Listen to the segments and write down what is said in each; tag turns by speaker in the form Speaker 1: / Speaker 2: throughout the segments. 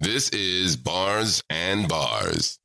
Speaker 1: This is Bars and Bars.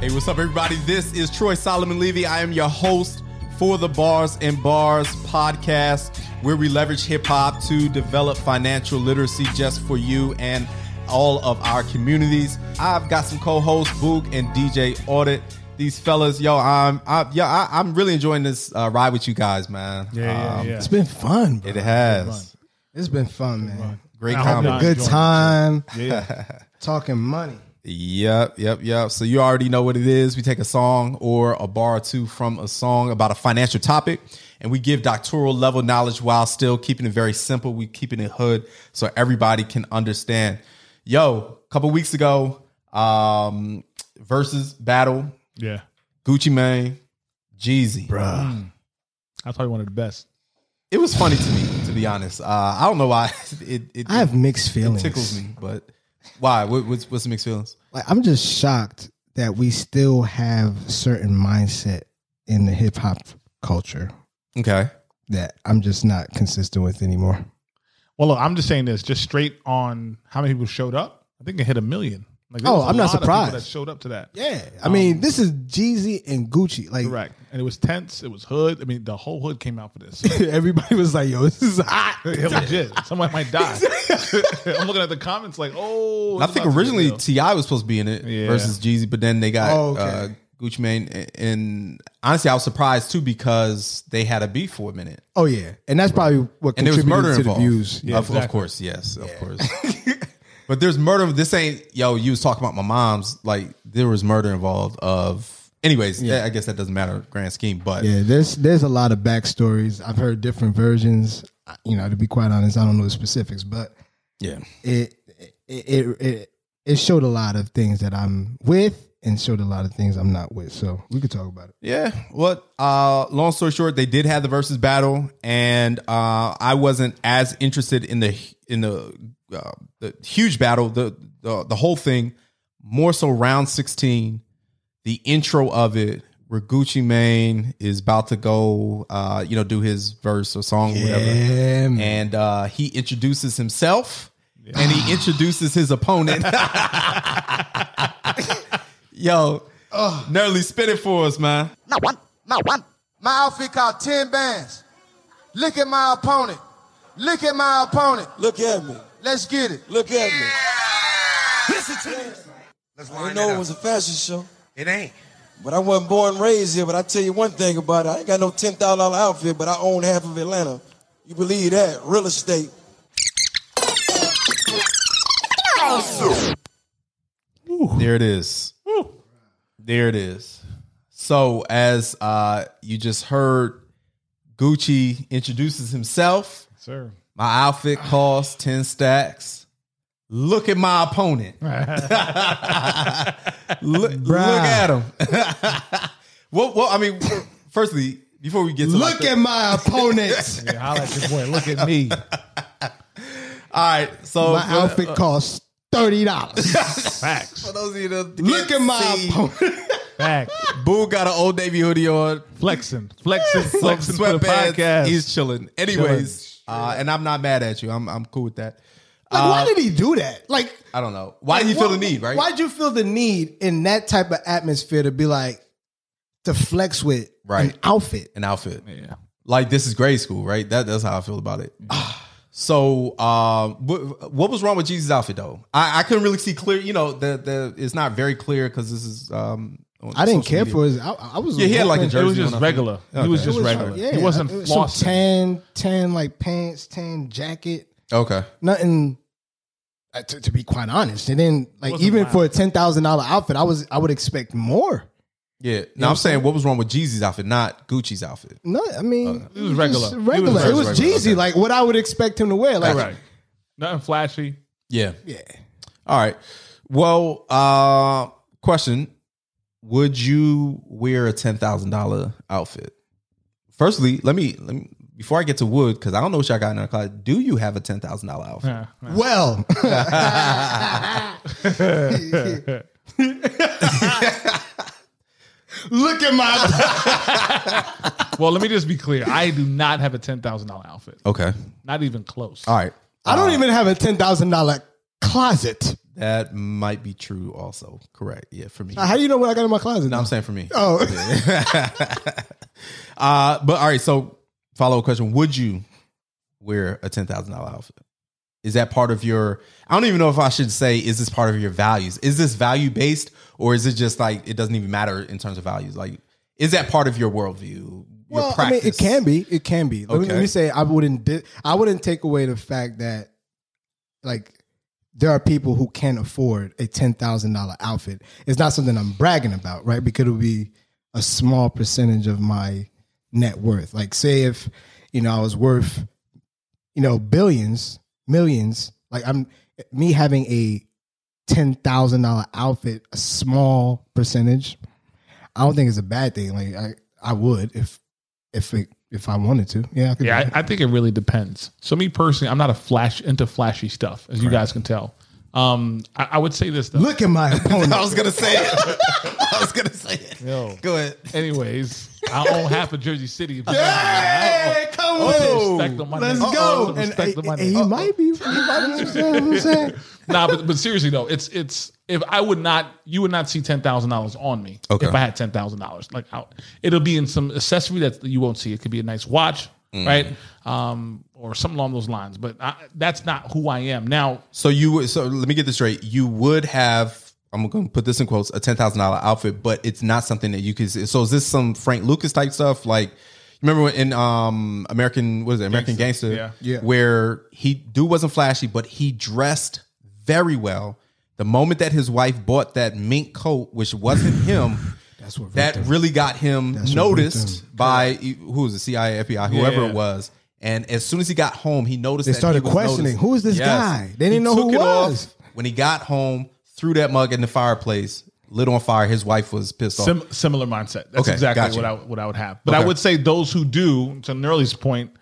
Speaker 2: Hey, what's up, everybody? This is Troy Solomon Levy. I am your host for the Bars and Bars podcast, where we leverage hip hop to develop financial literacy just for you and all of our communities. I've got some co-hosts, Boog and DJ Audit. These fellas, yo, I'm, I, yo, I, I'm really enjoying this uh, ride with you guys, man. Um,
Speaker 3: Yeah, yeah, yeah.
Speaker 4: Um, It's been fun. Bro.
Speaker 2: It has
Speaker 4: It's been fun, man.
Speaker 2: great
Speaker 3: I hope
Speaker 2: combo.
Speaker 3: y'all
Speaker 4: Good
Speaker 3: enjoyed it.
Speaker 4: time
Speaker 3: Yeah.
Speaker 4: talking money.
Speaker 2: Yep, yep, yep. So you already know what it is. We take a song or a bar or two from a song about a financial topic, and we give doctoral level knowledge while still keeping it very simple. We keeping it hood so everybody can understand. Yo, a couple weeks ago, um, versus battle
Speaker 3: yeah.
Speaker 2: Gucci Mane, Jeezy.
Speaker 3: That's probably one of the best.
Speaker 2: It was funny to me, to be honest. Uh, I don't know why it, it,
Speaker 4: I have mixed
Speaker 2: it
Speaker 4: feelings.
Speaker 2: tickles me, but why? What, what's what's the mixed feelings?
Speaker 4: Like I'm just shocked that we still have certain mindset in the hip hop culture
Speaker 2: Okay,
Speaker 4: that I'm just not consistent with anymore.
Speaker 3: Well, look, I'm just saying this, just straight on how many people showed up. I think it hit a million. Like, there
Speaker 4: Oh,
Speaker 3: was a
Speaker 4: I'm not
Speaker 3: lot of people
Speaker 4: surprised.
Speaker 3: That showed up to that.
Speaker 4: Yeah, I
Speaker 2: um,
Speaker 4: mean, this is Jeezy and Gucci. Like
Speaker 3: Correct. And it was tense. It was hood. I mean, the whole hood came out for this. So
Speaker 4: everybody was like, "Yo, this is hot."
Speaker 3: it legit. Someone might die. I'm looking at the comments like, oh.
Speaker 2: I
Speaker 3: this
Speaker 2: think
Speaker 3: is about to be
Speaker 2: originally
Speaker 3: real.
Speaker 2: Ti was supposed to be in it
Speaker 3: Yeah.
Speaker 2: versus Jeezy, but then they got
Speaker 4: Oh, okay.
Speaker 2: uh, Gucci Mane. a- And honestly, I was surprised too because they had a beef for a minute,
Speaker 4: Oh yeah, and that's probably what
Speaker 2: and there was
Speaker 4: contributed
Speaker 2: murder
Speaker 4: to the
Speaker 2: involved.
Speaker 4: views.
Speaker 2: of, of course, yes, of course. but there's murder. This ain't yo. You was talking about my mom's. Like there was murder involved. Of anyways, yeah. I guess that doesn't matter grand scheme. But
Speaker 4: Yeah, there's there's a lot of backstories. I've heard different versions. I- You know, to be quite honest, I don't know the specifics, but
Speaker 2: yeah.
Speaker 4: it it it it, it showed a lot of things that I'm with and showed a lot of things I'm not with. So we could talk about it.
Speaker 2: Yeah. Well, uh, long story short, they did have the versus battle, and uh, I wasn't as interested in the in the uh, the huge battle, the, the the whole thing. More so, round sixteen, the intro of it, where Gucci Mane is about to go, uh, you know, do his verse or song, or whatever
Speaker 4: Yeah, man.
Speaker 2: and uh, he introduces himself and he introduces his opponent. Yo, Nerly, spin it for us, man.
Speaker 5: Not one. Not one. My outfit called 10 bands. Look at my opponent. Look at my opponent.
Speaker 6: Look at me.
Speaker 5: Let's get it.
Speaker 6: Look at me.
Speaker 7: Listen to this. Let's
Speaker 6: I
Speaker 7: line
Speaker 6: know
Speaker 7: it
Speaker 6: it
Speaker 7: up.
Speaker 6: was a fashion show,
Speaker 7: It ain't.
Speaker 6: but I wasn't born and raised here. But I tell you one thing about it. I ain't got no ten thousand dollar outfit, but I own half of Atlanta. You believe that? Real estate.
Speaker 2: There it is. There it is. So, as uh, you just heard, Gucci introduces himself.
Speaker 3: Sir.
Speaker 2: My outfit costs 10 stacks. Look at my opponent. look, look at him. well, well, I mean, firstly, before we get to like
Speaker 4: Look
Speaker 2: the-
Speaker 4: at my opponent.
Speaker 3: Yeah, holla at your boy. Look at me.
Speaker 2: all right, so
Speaker 4: my
Speaker 2: for-
Speaker 4: outfit costs thirty dollars.
Speaker 3: Facts.
Speaker 2: for those of you that
Speaker 4: Look at
Speaker 2: can't
Speaker 4: my
Speaker 2: see,
Speaker 4: opponent.
Speaker 3: Facts.
Speaker 2: Boo got an old Navy hoodie on,
Speaker 3: Flexing. Flexing.
Speaker 2: some
Speaker 3: Flexing for the
Speaker 2: sweatpants.
Speaker 3: podcast.
Speaker 2: He's chilling. Anyways, uh, and I'm not mad at you. I'm I'm cool with that.
Speaker 4: Like, why did he do that? Like,
Speaker 2: I don't know uh, why
Speaker 4: like,
Speaker 2: do you feel the
Speaker 4: wh-
Speaker 2: need, right?
Speaker 4: Why'd you feel the need in that type of atmosphere to be like to flex with
Speaker 2: Right.
Speaker 4: an outfit?
Speaker 2: An outfit.
Speaker 3: yeah.
Speaker 2: like this is grade school, right? That that's how I feel about it. So, um, what, what was wrong with Jesus' outfit though? I, I couldn't really see clear. You know, the the it's not very clear because this is. Um, on
Speaker 4: I didn't
Speaker 2: social
Speaker 4: care
Speaker 2: media.
Speaker 4: for his. I, I was.
Speaker 2: Yeah, he had like a
Speaker 4: hoping-
Speaker 2: jersey. on, I
Speaker 3: It was just
Speaker 2: think.
Speaker 3: regular. He was
Speaker 2: Okay.
Speaker 3: just
Speaker 2: It was,
Speaker 3: regular.
Speaker 4: Yeah,
Speaker 3: he wasn't
Speaker 4: it was some
Speaker 3: flossing.
Speaker 4: tan, tan like pants, tan jacket.
Speaker 2: Okay,
Speaker 4: nothing. uh, To, to be quite honest, and then like
Speaker 3: Wasn't
Speaker 4: even
Speaker 3: wild.
Speaker 4: for a ten thousand dollar outfit, I was I would expect more.
Speaker 2: yeah. No, I'm saying what was wrong with Jesus' outfit, not Gucci's outfit.
Speaker 4: No, I mean
Speaker 3: it was
Speaker 4: just
Speaker 3: regular. It was
Speaker 4: regular. It was,
Speaker 2: regular,
Speaker 4: Jeezy,
Speaker 2: okay.
Speaker 4: like what I would expect him to wear. Like
Speaker 3: Correct. Nothing flashy.
Speaker 2: Yeah.
Speaker 4: yeah,
Speaker 2: All right. Well, uh, question: Would you wear a ten thousand dollar outfit? Firstly, let me let me Before I get to Wood, because I don't know what y'all got in our closet, do you have a $10,000 outfit?
Speaker 3: Yeah.
Speaker 4: Well, look at my.
Speaker 3: Well, let me just be clear. I do not have a ten thousand dollar outfit.
Speaker 2: Okay.
Speaker 3: Not even close.
Speaker 2: All right.
Speaker 4: I don't even have a ten thousand dollar closet.
Speaker 2: That might be true also. Correct. Yeah, for me.
Speaker 4: How do you know what I got in my closet?
Speaker 2: No, I'm saying for me.
Speaker 4: oh,
Speaker 2: Uh, but all right, so follow up question: Would you wear a ten thousand dollar outfit? Is that part of your? I don't even know if I should say. Is this part of your values? Is this value based, or is it just like it doesn't even matter in terms of values? Like, is that part of your worldview? Your
Speaker 4: well, I mean, it can be. It can be. Let, me, let
Speaker 2: Okay.
Speaker 4: me say, I wouldn't. Di- I wouldn't take away the fact that, like, there are people who can't afford a ten thousand dollar outfit. It's not something I'm bragging about, right? Because it would be a small percentage of my net worth. Like, say if you know I was worth, you know, billions, millions. Like, I'm me having a ten thousand dollar outfit, a small percentage. I don't think it's a bad thing. Like, I I would if if it, if I wanted to. Yeah, I could
Speaker 3: Yeah,
Speaker 4: do that.
Speaker 3: I, I think it really depends. So me personally, I'm not a flash into flashy stuff, as you guys can tell. Um, I, I would say this though.
Speaker 4: Look at my opponent.
Speaker 2: I was gonna say it. I was gonna say it.
Speaker 3: Yo.
Speaker 2: Go ahead.
Speaker 3: Anyways, I own half of Jersey City.
Speaker 4: Hey,
Speaker 2: Oh.
Speaker 4: come on.
Speaker 3: respect on my
Speaker 4: Let's go.
Speaker 3: name. Put some
Speaker 4: And,
Speaker 3: respect on my
Speaker 4: and
Speaker 3: name.
Speaker 4: he might be. He might be. You know what I'm saying?
Speaker 3: nah, but, but seriously though, it's it's if I would not, you would not see ten thousand dollars on me
Speaker 2: Okay.
Speaker 3: if I had ten thousand dollars. Like out, it'll be in some accessory that you won't see. It could be a nice watch,
Speaker 2: Mm.
Speaker 3: right, um, or something along those lines. But I, that's not who I am now.
Speaker 2: So you would. So let me get this straight. You would have. I'm gonna put this in quotes. A ten thousand dollar outfit, but it's not something that you could. So is this some Frank Lucas type stuff? Like, remember when in um American what is it American Gangster?
Speaker 3: yeah.
Speaker 4: Yeah.
Speaker 2: Where he dude wasn't flashy, but he dressed very well. The moment that his wife bought that mink coat, which wasn't him,
Speaker 4: That's what
Speaker 2: that really got him
Speaker 4: what
Speaker 2: noticed by who was the CIA, FBI, E whoever
Speaker 3: Yeah.
Speaker 2: it was. And as soon as he got home, he noticed
Speaker 4: They
Speaker 2: that
Speaker 4: started
Speaker 2: he was
Speaker 4: questioning,
Speaker 2: noticed.
Speaker 4: "Who is this guy?" They didn't know who
Speaker 2: took
Speaker 4: it
Speaker 2: it off.
Speaker 4: was.
Speaker 2: When he got home, threw that mug in the fireplace, lit on fire. His wife was pissed off.
Speaker 3: Sim- similar mindset. That's
Speaker 2: Okay,
Speaker 3: exactly
Speaker 2: gotcha.
Speaker 3: what I what I would have. But I
Speaker 2: Okay.
Speaker 3: would say those who do, to Nerly's point,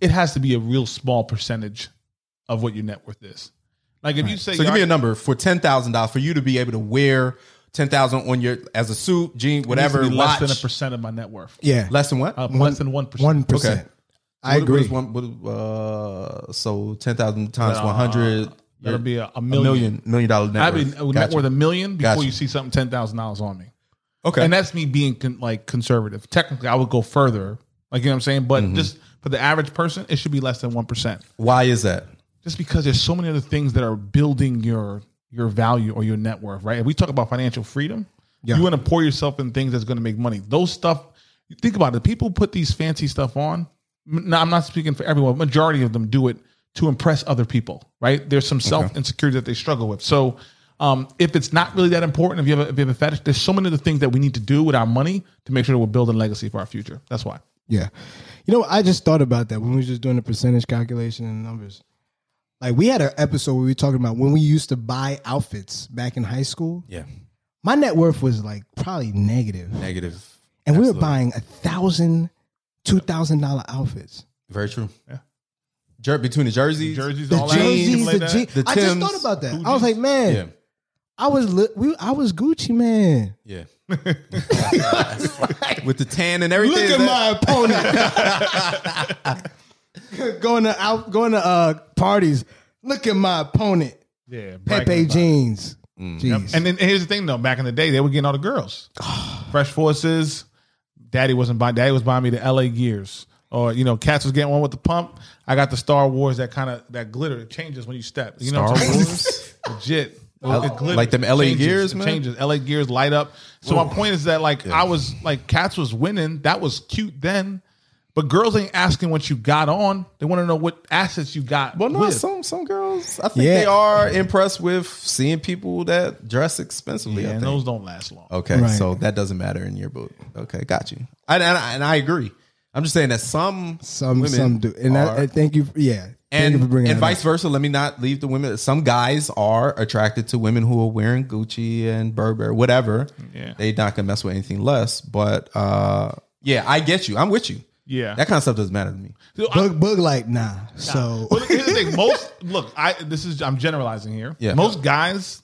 Speaker 3: it has to be a real small percentage of what your net worth is. Like if you say,
Speaker 2: so give me a
Speaker 3: "Yo,
Speaker 2: number for ten thousand dollars for you to be able to wear ten thousand on your as a suit, jean,
Speaker 3: I- it needs to
Speaker 2: whatever.
Speaker 3: be less than a
Speaker 2: watch.
Speaker 3: percent of my net worth,
Speaker 4: Yeah,
Speaker 2: Less than what?
Speaker 3: Uh,
Speaker 4: One-
Speaker 3: less than one percent.
Speaker 4: one percent. I
Speaker 2: What- what
Speaker 4: agree.
Speaker 2: is one- what- uh, so ten thousand times
Speaker 3: Uh,
Speaker 2: one hundred.
Speaker 3: That'll be a, a
Speaker 2: a
Speaker 3: million.
Speaker 2: million million dollar net
Speaker 3: I'd be
Speaker 2: worth.
Speaker 3: net worth
Speaker 2: Gotcha.
Speaker 3: a million before
Speaker 2: Gotcha.
Speaker 3: you see something ten thousand dollars on me.
Speaker 2: Okay.
Speaker 3: and that's me being con- like conservative. Technically, I would go further. Like you know what I'm saying, but
Speaker 2: Mm-hmm.
Speaker 3: just for the average person, it should be less than one percent.
Speaker 2: Why is that?
Speaker 3: just because there's so many other things that are building your your value or your net worth, right? If we talk about financial freedom,
Speaker 4: Yeah.
Speaker 3: you want to pour yourself in things that's going to make money. Those stuff, you think about it. People put these fancy stuff on. M- Now, I'm not speaking for everyone. Majority of them do it to impress other people, right? There's some self insecurity that they struggle with. So, um, if it's not really that important, if you have a, if you have a fetish, there's so many other things that we need to do with our money to make sure that we're building legacy for our future. That's why.
Speaker 4: Yeah. You know, I just thought about that when we were just doing the percentage calculation and numbers. Like we had an episode where we were talking about when we used to buy outfits back in high school.
Speaker 2: Yeah.
Speaker 4: My net worth was like probably negative. And
Speaker 2: Negative.
Speaker 4: we were buying a thousand, two thousand dollar outfits.
Speaker 2: Very true. Yeah. Jer- between the jerseys,
Speaker 3: Jerseys,
Speaker 4: The
Speaker 3: all that.
Speaker 4: jerseys, the,
Speaker 3: that.
Speaker 4: jeans.
Speaker 2: The
Speaker 4: I just
Speaker 2: Timbs,
Speaker 4: thought about that. I
Speaker 3: Fugees.
Speaker 4: was like, man,
Speaker 2: Yeah.
Speaker 4: I was li- we, I was Gucci man.
Speaker 2: Yeah. With the tan and everything.
Speaker 4: Look
Speaker 2: is
Speaker 4: at
Speaker 2: that-
Speaker 4: my opponent. going to out going to uh parties. Look at my opponent.
Speaker 3: Yeah, bragging
Speaker 4: Pepe
Speaker 3: about it.
Speaker 4: jeans. Jeez.
Speaker 3: Mm. And then and here's the thing though, back in the day, they were getting all the girls. Fresh forces. Daddy wasn't buying daddy was buying me the LA gears. Or, you know, cats was getting one with the pump. I got the Star Wars that kind of that glitter. It changes when you step. You know what I'm
Speaker 2: Star
Speaker 3: saying?
Speaker 2: Wars?
Speaker 3: Legit.
Speaker 2: I-
Speaker 3: It glitters.
Speaker 2: like them LA
Speaker 3: Changes.
Speaker 2: gears,
Speaker 3: It
Speaker 2: man?
Speaker 3: Changes. LA gears light up. So my point is that like I was like cats was winning. That was cute then. But girls ain't asking what you got on. They want to know what assets you got.
Speaker 2: Well, no,
Speaker 3: with.
Speaker 2: some some girls, I think
Speaker 4: Yeah.
Speaker 2: they are impressed with seeing people that dress expensively.
Speaker 3: yeah,
Speaker 2: I
Speaker 3: and
Speaker 2: think.
Speaker 3: those don't last long.
Speaker 2: okay,
Speaker 4: Right.
Speaker 2: so that doesn't matter in your book. Okay, got you. And, and, I- and I agree. I'm just saying that some
Speaker 4: some
Speaker 2: women
Speaker 4: some do. And
Speaker 2: are-
Speaker 4: I, I thank you. For, yeah, thank you
Speaker 2: and,
Speaker 4: for bringing
Speaker 2: and
Speaker 4: that up.
Speaker 2: vice versa. Let me not leave the women. Some guys are attracted to women who are wearing Gucci and Burberry, whatever.
Speaker 3: Yeah.
Speaker 2: They not gonna mess with anything less. But uh, yeah, I get you. I'm with you.
Speaker 3: Yeah.
Speaker 2: That kind of stuff doesn't matter to me.
Speaker 4: Boog, Boog like nah. So
Speaker 3: But here's the thing. Most look, I this is I'm generalizing here.
Speaker 2: Yeah.
Speaker 3: Most guys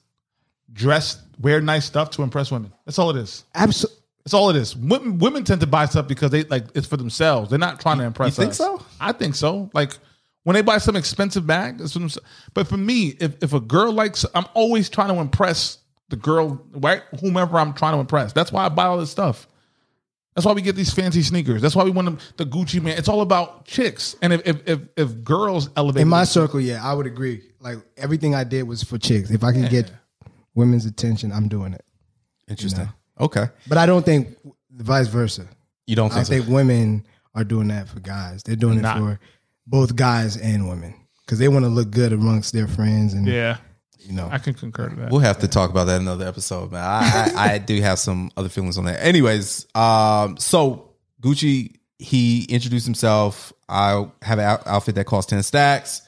Speaker 3: dress wear nice stuff to impress women. That's all it is.
Speaker 4: absolutely.
Speaker 3: That's all it is. Women, women tend to buy stuff because they like it's for themselves. They're not trying to impress.
Speaker 2: think
Speaker 3: us.
Speaker 2: so?
Speaker 3: I think so. Like when they buy some expensive bag, it's for themselves. But for me, if if a girl likes, I'm always trying to impress the girl, right? Whomever I'm trying to impress. That's why I buy all this stuff. That's why we get these fancy sneakers. That's why we want them, the Gucci man. It's all about chicks. And if if if, if girls elevate
Speaker 4: In my
Speaker 3: themselves-
Speaker 4: circle, yeah, I would agree. Like everything I did was for chicks. If I can get women's attention, I'm doing it.
Speaker 2: Interesting. Okay.
Speaker 4: But I don't think vice versa.
Speaker 2: You don't
Speaker 4: I
Speaker 2: think so?
Speaker 4: think women are doing that for guys. They're doing
Speaker 3: Not-
Speaker 4: it for both guys and women because they want to look good amongst their friends and
Speaker 3: yeah,
Speaker 4: you know.
Speaker 3: I can concur to that.
Speaker 2: We'll have to talk about that in another episode, man. I, I, I do have some other feelings on that. Anyways, um, so Gucci he introduced himself. I have an out- outfit that costs ten stacks.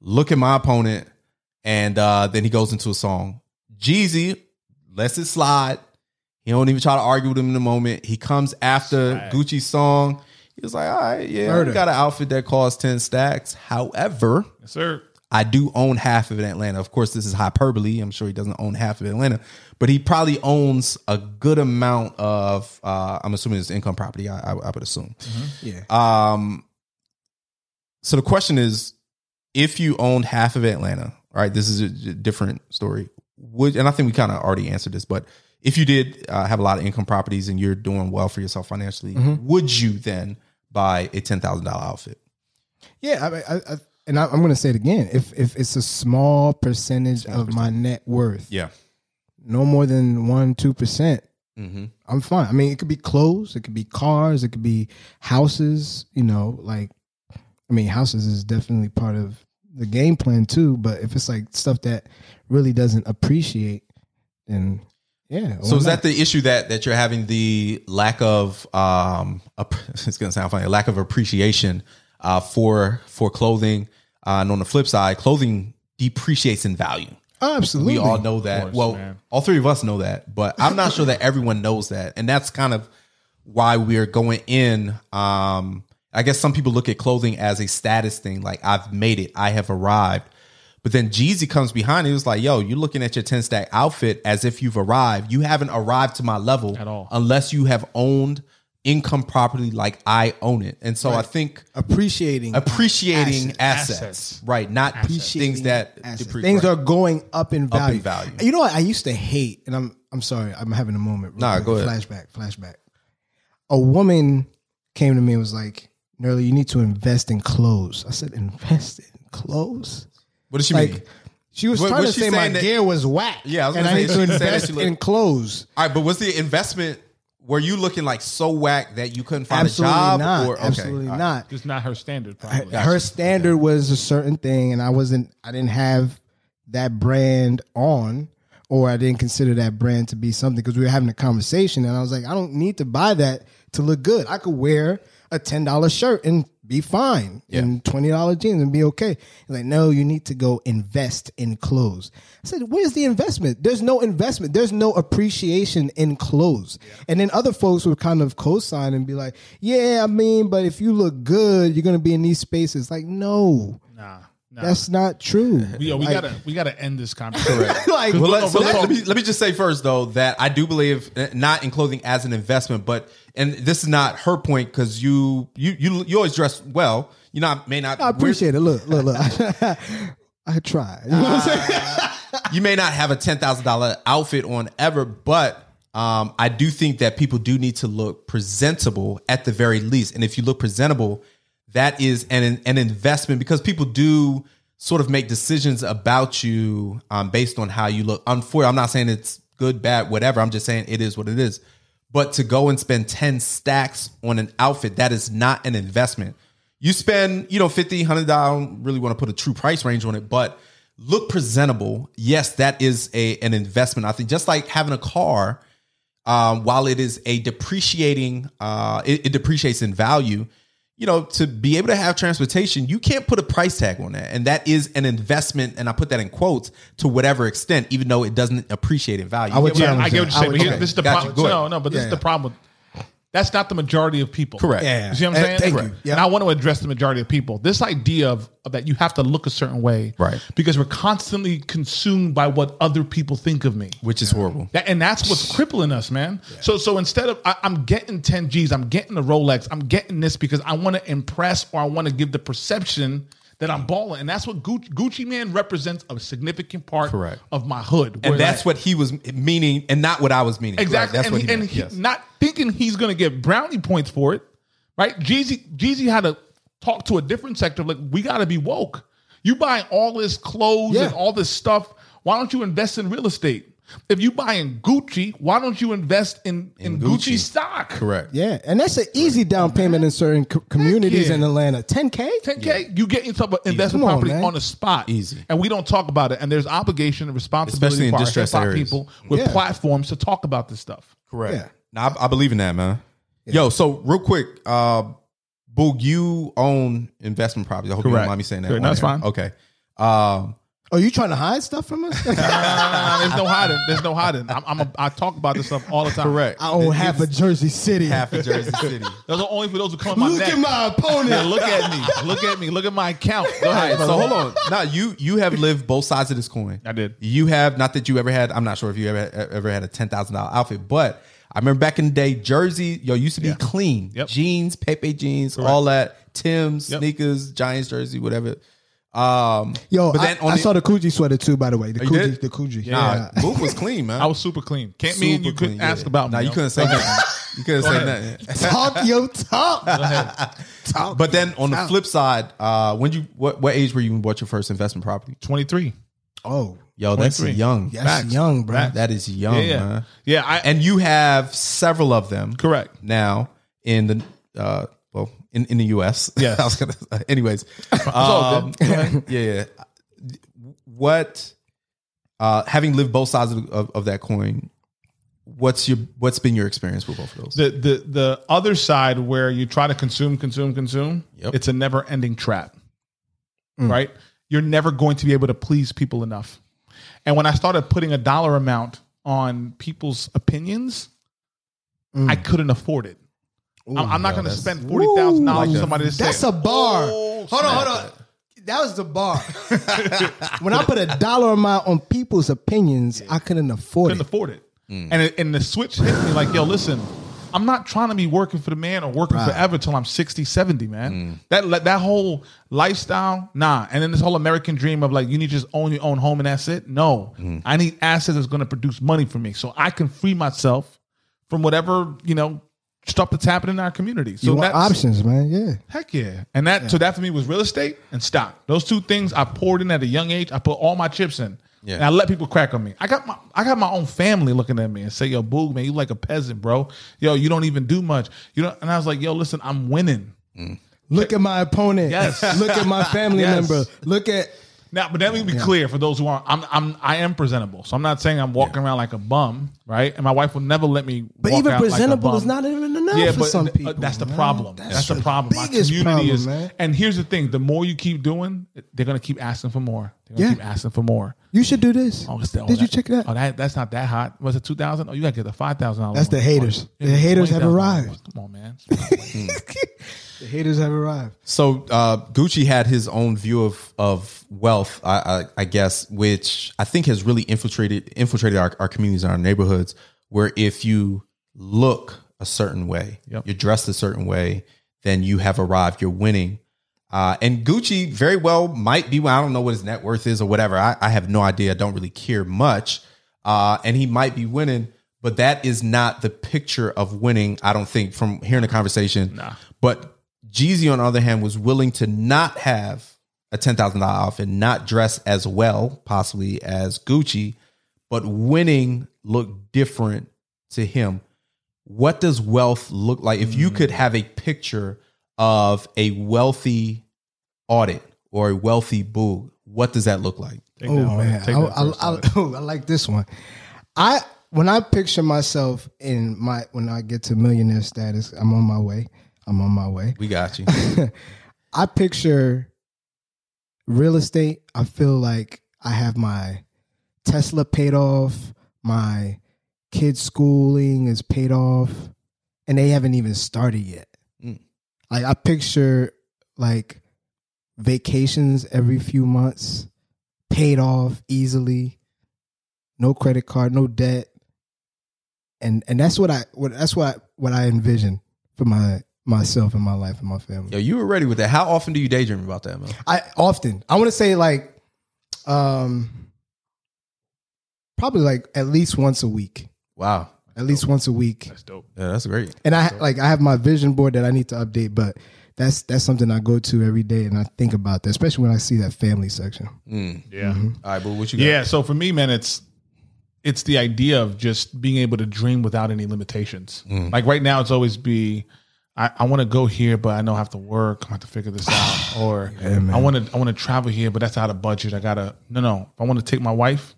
Speaker 2: Look at my opponent, and uh, then he goes into a song. Jeezy lets it slide. He don't even try to argue with him in the moment. He comes after Gucci's song. He was like, "All right, yeah, I
Speaker 4: Murder.
Speaker 2: got an outfit that costs ten stacks." However,
Speaker 3: Yes, sir.
Speaker 2: I do own half of it in Atlanta. Of course, this is hyperbole. I'm sure he doesn't own half of it in Atlanta, but he probably owns a good amount of. Uh, I'm assuming it's income property. I, I, I would assume.
Speaker 4: Yeah.
Speaker 2: Um, so the question is, if you owned half of Atlanta, right? This is a d- different story. Would and I think we kind of already answered this, but if you did uh, have a lot of income properties and you're doing well for yourself financially, would you then buy a ten thousand dollar outfit?
Speaker 4: Yeah, I, I, I, and I, I'm going to say it again. If if it's a small percentage of my net worth,
Speaker 2: Yeah.
Speaker 4: no more than one two percent,
Speaker 2: Mm-hmm.
Speaker 4: I'm fine. I mean, it could be clothes, it could be cars, it could be houses. You know, like I mean, houses is definitely part of the game plan too. But if it's like stuff that really doesn't appreciate, then yeah.
Speaker 2: So
Speaker 4: why
Speaker 2: is that
Speaker 4: not?
Speaker 2: the issue that that you're having the lack of um ap- it's gonna sound funny lack of appreciation uh for for clothing uh, and on the flip side clothing depreciates in value
Speaker 4: Oh, absolutely?
Speaker 2: we all know that
Speaker 3: course,
Speaker 2: well
Speaker 3: man.
Speaker 2: all three of us know that but I'm not sure that everyone knows that and that's kind of why we're going in um I guess some people look at clothing as a status thing like I've made it I have arrived but then Jeezy comes behind. He was like, "Yo, you're looking at your ten stack outfit as if you've arrived. You haven't arrived to my level
Speaker 3: At all.
Speaker 2: unless you have owned income property like I own it." And so I think
Speaker 4: appreciating
Speaker 2: appreciating assets,
Speaker 3: Assets.
Speaker 2: right? Not things that
Speaker 4: assets.
Speaker 2: depreciate.
Speaker 4: things are going up in value.
Speaker 2: value.
Speaker 4: You know what? I used to hate, and I'm I'm sorry, I'm having a moment. real
Speaker 2: Nah,
Speaker 4: quick.
Speaker 2: go ahead.
Speaker 4: Flashback, flashback. A woman came to me and was like, "Nerly, you need to invest in clothes." I said, "Invest in clothes?"
Speaker 2: What does she mean?
Speaker 4: Like she was
Speaker 2: What-
Speaker 4: trying
Speaker 2: was
Speaker 4: to
Speaker 2: she
Speaker 4: say my
Speaker 2: saying that-
Speaker 4: gear was whack.
Speaker 2: Yeah, I was
Speaker 4: and
Speaker 2: gonna
Speaker 4: I
Speaker 2: say,
Speaker 4: need
Speaker 2: she
Speaker 4: to
Speaker 2: said that
Speaker 4: invest
Speaker 2: she looked-
Speaker 4: in clothes.
Speaker 2: All right, but was the investment? Were you looking like so whack that you couldn't find
Speaker 4: Absolutely
Speaker 2: a job?
Speaker 4: not.
Speaker 2: Or okay,
Speaker 4: Absolutely
Speaker 2: all right.
Speaker 4: not.
Speaker 3: Just not her standard.
Speaker 4: her-
Speaker 3: Probably.
Speaker 4: her standard was a certain thing and i wasn't i didn't have that brand on or i didn't consider that brand to be something because we were having a conversation and i was like i don't need to buy that to look good i could wear a $10 shirt and be fine and $20 jeans and be okay He's like no you need to go invest in clothes i said where's the investment there's no investment there's no appreciation in clothes and then other folks would kind of co-sign and be like yeah i mean but if you look good you're going to be in these spaces like no
Speaker 3: nah, nah.
Speaker 4: that's not true
Speaker 3: Yo, we
Speaker 4: Like-
Speaker 3: gotta we gotta end this conversation.
Speaker 4: like
Speaker 2: Well, let,
Speaker 3: no,
Speaker 2: so
Speaker 3: real
Speaker 2: let,
Speaker 3: talk.
Speaker 2: let me, let me just say first though that I do believe eh, not in clothing as an investment, but and this is not her point because you you you you always dress well. You not may not
Speaker 4: I appreciate it. Look, look, look. I tried. You know what I'm saying?
Speaker 2: you may not have a ten thousand dollar outfit on ever, but um, I do think that people do need to look presentable at the very least. And if you look presentable, that is an an investment because people do sort of make decisions about you um, based on how you look. Unfortunately, I'm not saying it's good, bad, whatever. I'm just saying it is what it is. But to go and spend ten stacks on an outfit that is not an investment. You spend, you know, 50, 100 dollars. I don't really want to put a true price range on it, but look presentable. Yes, that is a an investment. I think just like having a car, um, while it is a depreciating, uh, it, it depreciates in value. You know, to be able to have transportation, you can't put a price tag on that, and that is an investment. And I put that in quotes to whatever extent, even though it doesn't appreciate in value.
Speaker 4: I would
Speaker 2: You get what
Speaker 3: I
Speaker 4: challenge
Speaker 3: get what
Speaker 4: that.
Speaker 3: you're
Speaker 4: I
Speaker 3: saying.
Speaker 4: would
Speaker 3: But here,
Speaker 4: challenge
Speaker 3: this is the
Speaker 2: Gotcha.
Speaker 3: problem.
Speaker 2: Go ahead.
Speaker 3: No, no, but this
Speaker 4: Yeah,
Speaker 3: is the
Speaker 4: yeah.
Speaker 3: problem. That's not the majority of people.
Speaker 2: Correct.
Speaker 4: Yeah.
Speaker 3: You see what I'm
Speaker 4: Uh,
Speaker 3: saying?
Speaker 4: thank you.
Speaker 3: Correct.
Speaker 4: Yeah.
Speaker 3: And I want to address the majority of people. This idea of, of that you have to look a certain way,
Speaker 2: Right.
Speaker 3: Because we're constantly consumed by what other people think of me.
Speaker 2: which is horrible.
Speaker 3: That, and that's what's crippling us, man. So so instead of I, I'm getting 10 G's, I'm getting the Rolex, I'm getting this because I want to impress or I want to give the perception that I'm balling. And that's what Gucci, Gucci Man represents a significant part
Speaker 2: Correct.
Speaker 3: of my hood.
Speaker 2: And
Speaker 3: Where-
Speaker 2: that's what he was meaning, and not what I was meaning.
Speaker 3: Exactly.
Speaker 2: Right, that's
Speaker 3: and
Speaker 2: what
Speaker 3: he,
Speaker 2: he,
Speaker 3: and
Speaker 2: meant.
Speaker 3: he-
Speaker 2: Yes.
Speaker 3: not thinking he's going to get brownie points for it, right? Jeezy Jeezy had to talk to a different sector. Like we got to be woke. You buying all this clothes and
Speaker 4: Yeah.
Speaker 3: all this stuff. Why don't you invest in real estate? If you buying Gucci, why don't you invest in in, Gucci.
Speaker 2: Gucci.
Speaker 3: stock?
Speaker 2: Correct.
Speaker 4: Yeah, and that's an easy down payment in certain co- communities
Speaker 3: yeah.
Speaker 4: in Atlanta. 10K?
Speaker 3: 10K, you get yourself an
Speaker 4: Come
Speaker 3: investment
Speaker 4: on,
Speaker 3: property
Speaker 4: man.
Speaker 3: on, the spot.
Speaker 2: Easy.
Speaker 3: And we don't talk about it. And there's obligation and responsibility
Speaker 2: Especially in
Speaker 3: for our
Speaker 2: distressed
Speaker 3: hip-hop
Speaker 2: areas.
Speaker 3: people with
Speaker 4: Yeah.
Speaker 3: platforms to talk about this stuff.
Speaker 2: Correct.
Speaker 4: Yeah.
Speaker 2: Now I, I believe in that, man. Yo, so real quick, uh, Boog, you own investment property. I hope you don't
Speaker 3: Correct.
Speaker 2: mind me saying that.
Speaker 3: Sure,
Speaker 2: on
Speaker 3: that's
Speaker 2: here.
Speaker 3: fine.
Speaker 2: Okay. Um,
Speaker 4: Are Oh, you trying to hide stuff from us? I
Speaker 3: Nah, there's no hiding. There's no hiding. I'm, I'm a, I talk about this stuff all the time.
Speaker 2: correct.
Speaker 4: own half of Jersey City.
Speaker 2: half of Jersey City.
Speaker 3: Those are only for those who come on my
Speaker 4: Look
Speaker 3: neck.
Speaker 4: at my
Speaker 3: Yeah,
Speaker 4: opponent.
Speaker 3: look at me. Look at me. Look at my account. Go
Speaker 2: All
Speaker 3: ahead.
Speaker 2: right, so hold on. Now you you have lived both sides of this coin.
Speaker 3: I did.
Speaker 2: You have not that you ever had. I'm not sure if you ever e-, ever had a ten thousand dollar outfit, but I remember back in the day, Jersey yo used to be clean
Speaker 3: Yep.
Speaker 2: jeans, Pepe jeans, all that, Tim's
Speaker 3: Yep.
Speaker 2: sneakers, Giants jersey, whatever. Um,
Speaker 4: Yo,
Speaker 2: but
Speaker 4: I,
Speaker 2: then on
Speaker 4: I
Speaker 2: the-
Speaker 4: saw the Coogee sweater too, by the way.
Speaker 3: Oh,
Speaker 4: The
Speaker 2: you
Speaker 4: Coogee,
Speaker 2: did?
Speaker 4: the Coogee.
Speaker 2: Nah, Boog was clean, man.
Speaker 3: I was super clean. Can't mean you
Speaker 2: Super
Speaker 3: couldn't
Speaker 2: clean, yeah.
Speaker 3: ask about me.
Speaker 2: Nah, you
Speaker 3: yo.
Speaker 2: couldn't say nothing. You couldn't say
Speaker 3: ahead.
Speaker 2: nothing.
Speaker 4: Talk your talk. Talk
Speaker 2: But then on the
Speaker 4: Talk.
Speaker 2: flip side, uh, when you what what age were you when you bought your first investment property?
Speaker 3: 23.
Speaker 4: Oh,
Speaker 2: Yo, that's
Speaker 3: 23.
Speaker 2: young.
Speaker 4: that's young, bro.
Speaker 2: That is young,
Speaker 3: yeah.
Speaker 2: man.
Speaker 3: Yeah, I
Speaker 2: And you have several of them,
Speaker 3: correct.
Speaker 2: Now in the uh, well in, in the U.S.
Speaker 3: Yes.
Speaker 2: I was gonna. Anyways,
Speaker 3: all
Speaker 2: um,
Speaker 3: good. Go ahead.
Speaker 2: yeah, yeah. What uh, having lived both sides of, of, of that coin, what's your what's been your experience with both of those?
Speaker 3: The the the other side where you try to consume, consume, consume,
Speaker 2: Yep.
Speaker 3: it's a never ending trap. Right? You're never going to be able to please people enough. And when I started putting a dollar amount on people's opinions, I couldn't afford it. I'm, I'm not going to spend forty thousand dollars on
Speaker 2: Ooh,
Speaker 3: somebody to say
Speaker 4: That's a bar.
Speaker 3: Oh,
Speaker 4: hold on, hold on. That was the bar. when I put a dollar amount on people's opinions, I couldn't afford
Speaker 3: couldn't
Speaker 4: it.
Speaker 3: afford it. And it, and the switch hit me like, yo, listen, I'm not trying to be working for the man or working forever till I'm 60, 70, man. That That that whole lifestyle, nah. And then this whole American dream of like you need to just own your own home and that's it. No. I need assets that's going to produce money for me so I can free myself from whatever, you know, stuff that's happening in our community. So
Speaker 4: You want
Speaker 3: that's
Speaker 4: options, man. Yeah.
Speaker 3: Heck yeah. And that so that for me was real estate and stock. Those two things I poured in at a young age. I put all my chips in.
Speaker 2: Yeah.
Speaker 3: And I let people crack on me. I got my I got my own family looking at me and say, yo, Boog, man, you like a peasant, bro. Yo, you don't even do much. You know, and I was like, yo, listen, I'm winning.
Speaker 4: Look at my opponent.
Speaker 3: Yes.
Speaker 4: Look at my family
Speaker 3: Yes.
Speaker 4: member. Look at
Speaker 3: Now, but let me be clear for those who aren't. I'm, I'm, I am presentable, so I'm not saying I'm walking around like a bum, right? And my wife will never let me.
Speaker 4: But
Speaker 3: walk
Speaker 4: even
Speaker 3: out like a
Speaker 4: presentable is
Speaker 3: bum.
Speaker 4: not even enough for some
Speaker 3: th- uh,
Speaker 4: people,
Speaker 3: That's the
Speaker 4: man.
Speaker 3: problem.
Speaker 4: That's
Speaker 3: That's, the,
Speaker 4: the
Speaker 3: problem. Our
Speaker 4: biggest
Speaker 3: community
Speaker 4: problem,
Speaker 3: is,
Speaker 4: man.
Speaker 3: and here's the thing: the more you keep doing, they're gonna keep asking for more. They're gonna
Speaker 4: Yeah.
Speaker 3: keep asking for more.
Speaker 4: you should do this.
Speaker 3: Oh, it's the- oh,
Speaker 4: Did you
Speaker 3: that-
Speaker 4: check that?
Speaker 3: Oh, that, that's not that hot. Was it two thousand? Oh, you gotta get the five thousand dollars.
Speaker 4: That's the haters. The haters have arrived.
Speaker 3: Come on, man.
Speaker 4: the haters have arrived.
Speaker 2: So uh, Gucci had his own view of of wealth, I, I, I guess, which I think has really infiltrated infiltrated our, our communities and our neighborhoods. Where if you look a certain way,
Speaker 3: Yep.
Speaker 2: you're dressed a certain way, then you have arrived. You're winning. Uh, and Gucci very well might be. I don't know what his net worth is or whatever. I, I have no idea. I don't really care much. Uh, and he might be winning, but that is not the picture of winning. I don't think from hearing the conversation. But Jeezy, on the other hand, was willing to not have a ten thousand dollar outfit, not dress as well possibly as Gucci, but winning looked different to him what does wealth look like if you could have a picture of a wealthy audit or a wealthy boo what does that look like
Speaker 3: Take that,
Speaker 4: Oh man, I,
Speaker 3: take that
Speaker 4: I,
Speaker 3: first
Speaker 4: I,
Speaker 3: one.
Speaker 4: oh, I like this one. I when I picture myself in my when I get to millionaire status, I'm on my way. I'm on my way.
Speaker 2: we got you
Speaker 4: I picture real estate. I feel like I have my Tesla paid off, my kids' schooling is paid off, and they haven't even started yet. Like I picture like vacations every few months, paid off easily, no credit card, no debt, and and that's what I what that's what I, what I envision for my myself and my life and my family.
Speaker 2: Yo, you were ready with that. How often do you daydream about that, man?
Speaker 4: I often I want to say like, um, probably like at least once a week.
Speaker 2: Wow.
Speaker 4: At least once a week.
Speaker 3: That's dope.
Speaker 2: Yeah, that's great.
Speaker 4: and I like I have my vision board that I need to update, but that's that's something I go to every day and I think about that, especially when I see that family section.
Speaker 3: Yeah.
Speaker 4: mm-hmm.
Speaker 2: All right, but what you got?
Speaker 3: Yeah. So for me, man, it's it's the idea of just being able to dream without any limitations.
Speaker 2: Mm.
Speaker 3: Like right now, it's always be. I, I want to go here, but I know I have to work. I have to figure this out. Or I want to I want to travel here, but that's out of budget. I gotta no no. I want to take my wife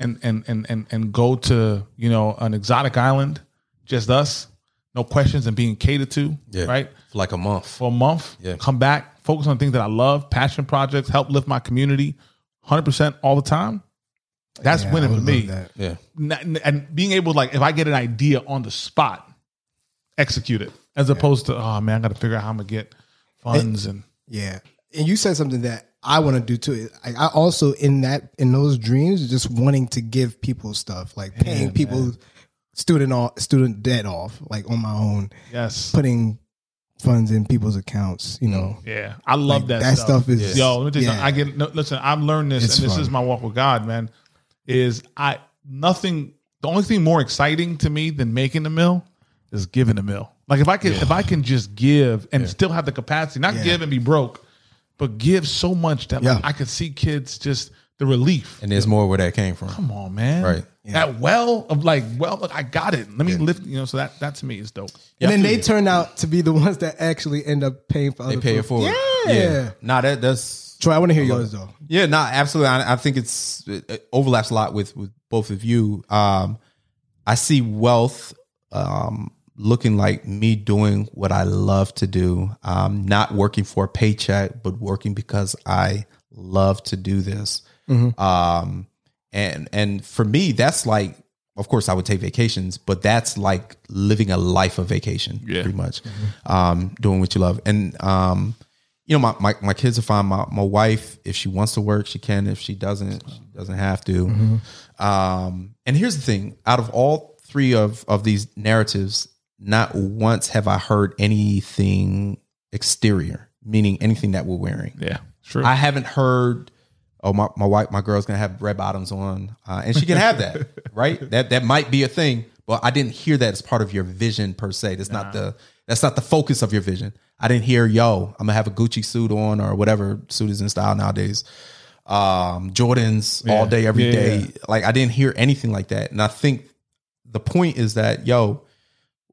Speaker 3: and and and and and go to you know an exotic island, just us, no questions, and being catered to.
Speaker 2: Yeah.
Speaker 3: Right
Speaker 2: For like a month.
Speaker 3: for a month.
Speaker 2: Yeah.
Speaker 3: Come back, focus on things that I love, passion projects, help lift my community, hundred percent all the time. That's
Speaker 4: Yeah, I
Speaker 3: winning
Speaker 4: would
Speaker 3: for me.
Speaker 4: love that.
Speaker 2: Yeah.
Speaker 3: N- And being able, like, if I get an idea on the spot, execute it, as opposed to, oh man, I got to figure out how I'm gonna get funds and
Speaker 4: Yeah. And you said something that I want to do too. I, I also in that in those dreams, just wanting to give people stuff like paying people student off, student debt off, like on my own,
Speaker 3: yes,
Speaker 4: putting funds in people's accounts. You know,
Speaker 3: yeah, I love
Speaker 4: Like,
Speaker 3: that.
Speaker 4: that stuff is-
Speaker 3: yo. Let me tell you,
Speaker 4: yeah.
Speaker 3: something. I get no, listen. I've learned this,
Speaker 4: It's
Speaker 3: and this
Speaker 4: fun.
Speaker 3: is my walk with God, man. Is I nothing. The only thing more exciting to me than making a meal is giving a meal. Like if I can, if I can just give and still have the capacity, not give and be broke, but give so much that like,
Speaker 4: Yeah.
Speaker 3: I could see kids just the relief.
Speaker 2: And there's more where that came from.
Speaker 3: Come on, man.
Speaker 2: Right.
Speaker 3: That well of like, well, look, I got it. Let me lift. You know, so that that to me is dope.
Speaker 2: Yeah,
Speaker 4: and then
Speaker 2: I feel
Speaker 4: they
Speaker 2: you.
Speaker 4: turn out to be the ones that actually end up paying for.
Speaker 2: They
Speaker 4: other
Speaker 2: pay it
Speaker 4: folks.
Speaker 2: forward.
Speaker 4: Yeah.
Speaker 2: Nah, that that's
Speaker 4: Troy, I want to hear yours though.
Speaker 2: Yeah, no, absolutely. I, I think it's it it overlaps a lot with with both of you. Um, I see wealth um, looking like me doing what I love to do, um, not working for a paycheck, but working because I love to do this. Um, and and for me, that's like, of course, I would take vacations, but that's like living a life of vacation,
Speaker 3: Yeah.
Speaker 2: pretty much, um, doing what you love. And um, you know, my, my, my kids are fine. My, my wife, if she wants to work, she can. If she doesn't, she doesn't have to. Um, and here's the thing out of all three of, of these narratives, not once have I heard anything exterior, meaning anything that we're wearing.
Speaker 3: Yeah, sure.
Speaker 2: I haven't heard. Oh, my, my wife, my girl's gonna have red bottoms on, uh, and she can have that, right? That that might be a thing, but I didn't hear that as part of your vision per se. That's not the that's not the focus of your vision. I didn't hear, yo, I'm gonna have a Gucci suit on or whatever suit is in style nowadays. Um, Jordans all day, every
Speaker 3: Yeah,
Speaker 2: day.
Speaker 3: yeah.
Speaker 2: Like I didn't hear anything like that, and I think the point is that yo,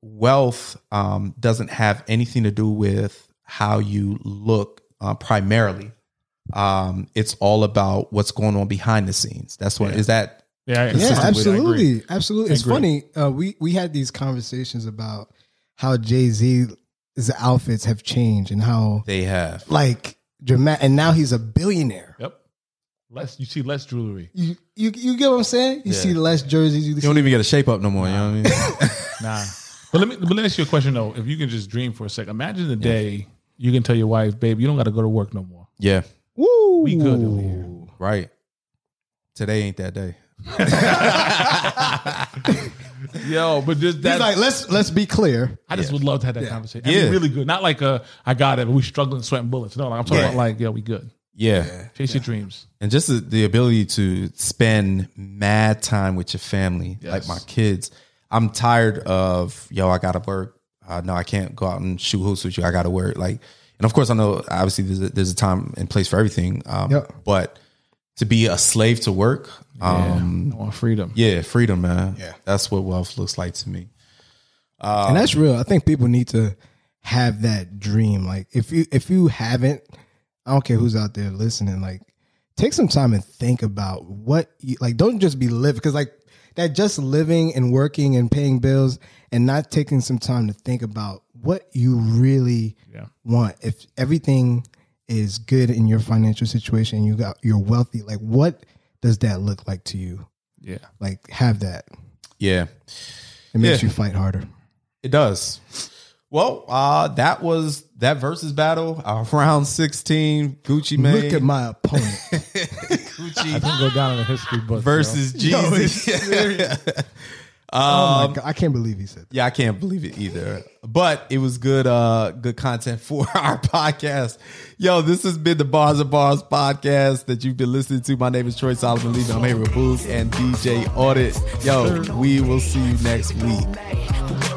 Speaker 2: wealth um, doesn't have anything to do with how you look uh, primarily. Um, it's all about what's going on behind the scenes. That's what is that.
Speaker 4: yeah,
Speaker 3: yeah, consistent with it, I agree.
Speaker 4: absolutely, absolutely. It's
Speaker 3: agree.
Speaker 4: funny. Uh, we we had these conversations about how Jay Z's outfits have changed and how
Speaker 2: They have
Speaker 4: like dramatic, and now he's a billionaire.
Speaker 3: Yep. Less you see less jewelry.
Speaker 4: You you you get what I'm saying? You see less jerseys. You,
Speaker 2: you
Speaker 4: see,
Speaker 2: don't even get a shape up no more. You know what I mean?
Speaker 3: Nah. But let me but let me ask you a question though. If you can just dream for a second, imagine the day you can tell your wife, babe, you don't got to go to work no more.
Speaker 2: yeah,
Speaker 4: woo,
Speaker 3: We good over here.
Speaker 2: right. Today ain't that day.
Speaker 3: Yo, but just that.
Speaker 4: He's like, let's let's be clear.
Speaker 3: I just would love to have that conversation. That'd
Speaker 2: Yeah.
Speaker 3: be really good. Not like uh, I got it, but we struggling, sweating bullets. No, like, I'm talking about like, yeah, we good.
Speaker 2: Yeah,
Speaker 3: Chase your dreams.
Speaker 2: and just the, the ability to spend mad time with your family, like
Speaker 3: Yes.
Speaker 2: my kids. I'm tired of yo. I gotta work. Uh, no, I can't go out and shoot hoops with you. I gotta work. Like, and of course, I know obviously there's a, there's a time and place for everything. Um,
Speaker 4: Yep.
Speaker 2: But to be a slave to work, um,
Speaker 3: I want freedom.
Speaker 2: yeah, freedom, man. Yeah, that's what wealth looks like to me.
Speaker 4: and
Speaker 3: Um,
Speaker 4: that's real. I think people need to have that dream. Like if you if you haven't, I don't care who's out there listening. Like take some time and think about what you like. Don't just be living because like that just living and working and paying bills and not taking some time to think about what you really
Speaker 3: Yeah.
Speaker 4: want. If everything is good in your financial situation, you got you're wealthy. Like what does that look like to you?
Speaker 3: Yeah.
Speaker 4: Like have that.
Speaker 2: Yeah,
Speaker 4: It makes
Speaker 2: Yeah.
Speaker 4: you fight harder.
Speaker 2: It does. Well, uh, that was that versus battle uh, round sixteen. Gucci Mane
Speaker 4: Look at my opponent.
Speaker 3: Didn't go down in the history book.
Speaker 2: versus Jesus.
Speaker 4: oh my God, I can't believe he said that.
Speaker 2: Yeah, I can't believe it either. But it was good uh good content for our podcast. Yo, this has been the Bars and Bars podcast that you've been listening to. My name is Troy Solomon Lee. I'm here with Boog and DJ Audit. Yo, we will see you next week.
Speaker 8: May.